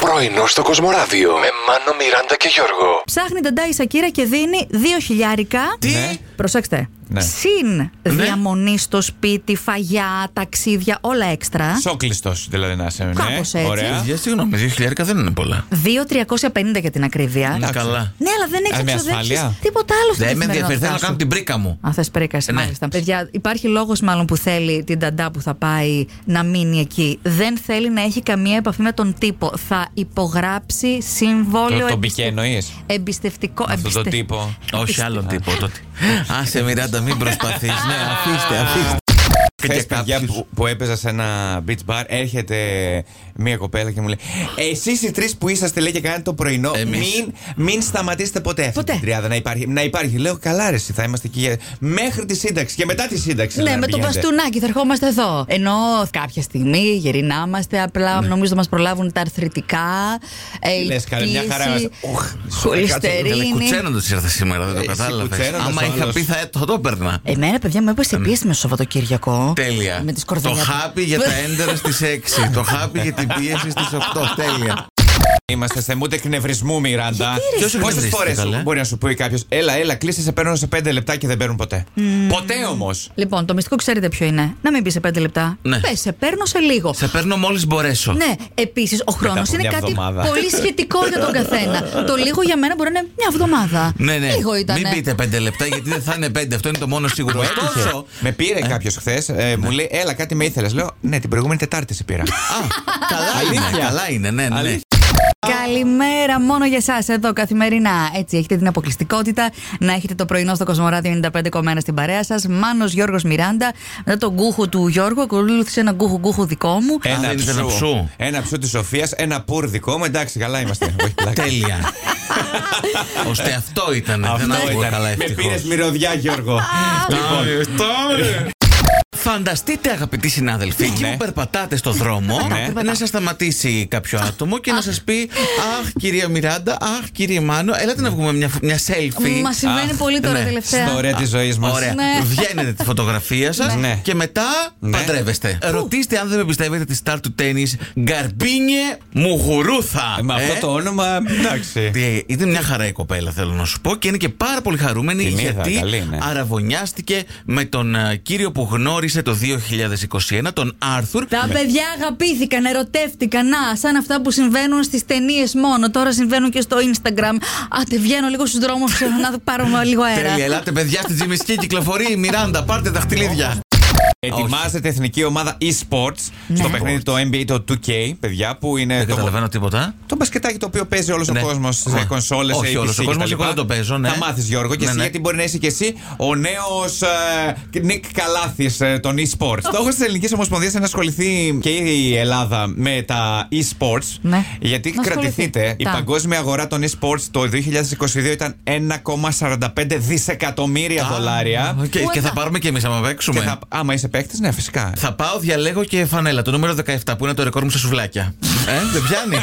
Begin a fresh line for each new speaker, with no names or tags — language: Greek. Πρωινό στο Κοσμοράδιο με Μάνο, Μιράντα και Γιώργο.
Ψάχνει τον Τάι Σακύρα και δίνει δύο χιλιάρικα.
Τι?
Ναι.
Προσέξτε.
Ναι.
Συν διαμονή στο σπίτι, φαγιά, ταξίδια, όλα έξτρα.
Σόκλειστος δηλαδή να είσαι. ναι.
Κάπως έτσι.
Ωραία.
Για συγγνώμη, 2.000 δεν είναι πολλά.
2.350 για την ακρίβεια.
Να καλά.
Ναι, αλλά δεν έχεις
Άλλη μια Ε, ασφάλεια.
τίποτα άλλο στην
Δεν με ενδιαφέρει, θέλω
καθημερινότητά
να
σου.
κάνω την πρίκα μου.
Αν θες πρίκας,
Ναι.
μάλιστα. Παιδιά, υπάρχει λόγος μάλλον που θέλει την ταντά που θα πάει να μείνει εκεί. Δεν θέλει να έχει καμία επαφή με τον τύπο. Θα υπογράψει συμβόλαιο.
Το- τον
εμπιστε-
πικέ εννοείς.
Εμπιστευτικό.
Αυτό το
εμπιστε-
τύπο.
Όχι άλλον τύπο τότε. Άσε Μιράντα, μην προσπαθείς. Ναι, αφήστε, αφήστε.
Χθες, παιδιά
κάποιους-
που, που έπαιζα σε ένα beach bar, έρχεται μία κοπέλα και μου λέει: Εσείς οι τρεις που είσαστε, λέει και κάνετε το πρωινό,
Εμείς.
μην, μην σταματήσετε ποτέ αυτή
Ποτέ.
την τριάδα να υπάρχει. Να υπάρχει. Λέω: Καλά, ρε, εσύ, θα είμαστε εκεί για- μέχρι τη σύνταξη και μετά τη σύνταξη. δηλαδή,
Ναι,
λέω, να
με το
πηγαίνετε».
μπαστούνάκι θα ερχόμαστε εδώ. Ενώ κάποια στιγμή γυρνάμαστε,
Ναι.
απλά νομίζω μας προλάβουν τα αρθρητικά. Ε, η
Λες, καλέ, μια
πίεση,
χαρά είμαστε. Οχ,
χολυστερίνη.
Κουτσένοντα ήρθα σήμερα, δεν
Εσύ
το κατάλαβες.
κουτσένοντας
Άμα
ο
είχα
άλλος.
πει θα θα το έπαιρνα.
Εμένα, παιδιά, μου έπεσε η πίεση με το Σαββατοκύριακο.
Ναι. Τέλεια.
Με τις
το
κορδελιάτες.
χάπι για τα έντερα στις 6. Το χάπι για την πίεση στις 8. Τέλεια.
Είμαστε σε μούτε εκνευρισμού, Μιράντα.
Γιατί, ρε,
Ποιος εσύ?
Πόσε
εκνευρίστηκε,
φορέ
καλέ?
μπορεί να σου πει κάποιος: Έλα, έλα, κλείσε, σε παίρνω σε πέντε λεπτά και δεν παίρνουν ποτέ. Ποτέ όμως.
Λοιπόν, το μυστικό ξέρετε ποιο είναι. Να μην πει σε πέντε λεπτά.
Ναι.
Πες, σε παίρνω σε λίγο.
Σε παίρνω μόλις μπορέσω.
Ναι, επίσης ο χρόνος
από
είναι
μια
κάτι
εβδομάδα.
πολύ σχετικό για τον καθένα. το λίγο για μένα μπορεί να είναι μια εβδομάδα.
Ναι, ναι.
Λίγο ήταν.
Μην πείτε πέντε λεπτά, γιατί δεν θα είναι πέντε. Αυτό είναι το μόνο σίγουρο. Ωστόσο,
Με πήρε
Ε.
κάποιος χθες, μου λέει: Έλα, κάτι με ήθελες. Λέω: Ναι, την προηγούμενη Τετάρτη σε πήρα.
Ναι. Α, καλά είναι. Καλά είναι, ναι, ναι.
Αλήθεια.
Καλημέρα μόνο για εσάς εδώ καθημερινά. Έτσι έχετε την αποκλειστικότητα να έχετε το πρωινό στο Κοσμοράδιο 95,1 στην παρέα σας. Μάνος Γιώργος Μιράντα. Μετά τον γκούχο του Γιώργου, ακολούθησε ένα γκούχο γκούχο δικό μου.
Α,
Ένα
δεν ήταν
ψού.
ψού.
Ένα ψού της Σοφίας, ένα πουρ δικό μου. Εντάξει, καλά είμαστε. Όχι, πλάκα.
Τέλεια. Ώστε αυτό ήταν. Δεν
Αυτό
άκουγα
ήταν.
καλά,
Με πήρε
ευτυχώ.
μυρωδιά, Γιώργο. Λοιπόν.
Φανταστείτε, αγαπητοί συνάδελφοι, εκεί
Ναι.
που περπατάτε στο δρόμο,
Ναι.
να σας σταματήσει κάποιο άτομο και να σας πει Αχ, κυρία Μιράντα, αχ, κύριε Μάνο, έλατε να βγούμε μια, μια selfie.
Μα συμβαίνει
Αχ,
πολύ τώρα
ναι.
τελευταία.
Στο ωραία της ζωής μας.
Ωραία.
Ναι.
Βγαίνετε τη φωτογραφία σας
Ναι.
και μετά
Ναι.
παντρεύεστε. Ρωτήστε αν δεν με πιστεύετε τη star του τέννη Γκαρμπίνιε Μουγουρούθα.
Με
Ε,
αυτό το όνομα, εντάξει.
τι, Είναι μια χαρά η κοπέλα, θέλω να σου πω, και είναι και πάρα πολύ χαρούμενη
Την είδα,
γιατί
καλή, ναι.
αραβωνιάστηκε με τον ε, κύριο που γνώρισε το 2021, τον Άρθουρ.
Τα παιδιά αγαπήθηκαν, ερωτεύτηκαν. Να, σαν αυτά που συμβαίνουν στις ταινίες μόνο. Τώρα συμβαίνουν και στο Instagram. Άτε, βγαίνω λίγο στους δρόμους να πάρω λίγο αέρα.
Τέλεια, ελάτε παιδιά στην τζιμισκή κυκλοφορεί η Μιράντα, πάρτε τα χτυλίδια.
Ε, Ετοιμάζεται η εθνική ομάδα e-sports στο παιχνίδι το NBA, το 2K, παιδιά, που είναι
Ναι. Δεν
το,
καταλαβαίνω τίποτα.
το μπασκετάκι το οποίο παίζει όλος
Ναι.
ο κόσμο
Α,
σε κονσόλε,
όχι
σε
όλος ο
PC
κόσμος,
κτλ.
εγώ δεν το παίζω, ναι.
Θα μάθεις, Γιώργο, και
Ναι,
εσύ,
ναι.
γιατί μπορεί να είσαι και εσύ ο ε, νέο Νικ Καλάθης ε, των e-sports. Στόχος της Ελληνικής Ομοσπονδίας είναι να ασχοληθεί και η Ελλάδα με τα e-sports.
Ναι.
Γιατί
Να ασχοληθεί.
κρατηθείτε, η
Τα.
παγκόσμια αγορά των e-sports το 2022 ήταν 1,45 δισεκατομμύρια δολάρια.
Α, Και,
Πού
και
εδώ?
θα πάρουμε και εμείς άμα παίξουμε.
Και θα- άμα είσαι παίκτης, ναι, φυσικά.
Θα πάω, διαλέγω και φανέλα. Το νούμερο 17 που είναι το ρεκόρ μου στα σουβλάκια. ε, δεν πιάνει.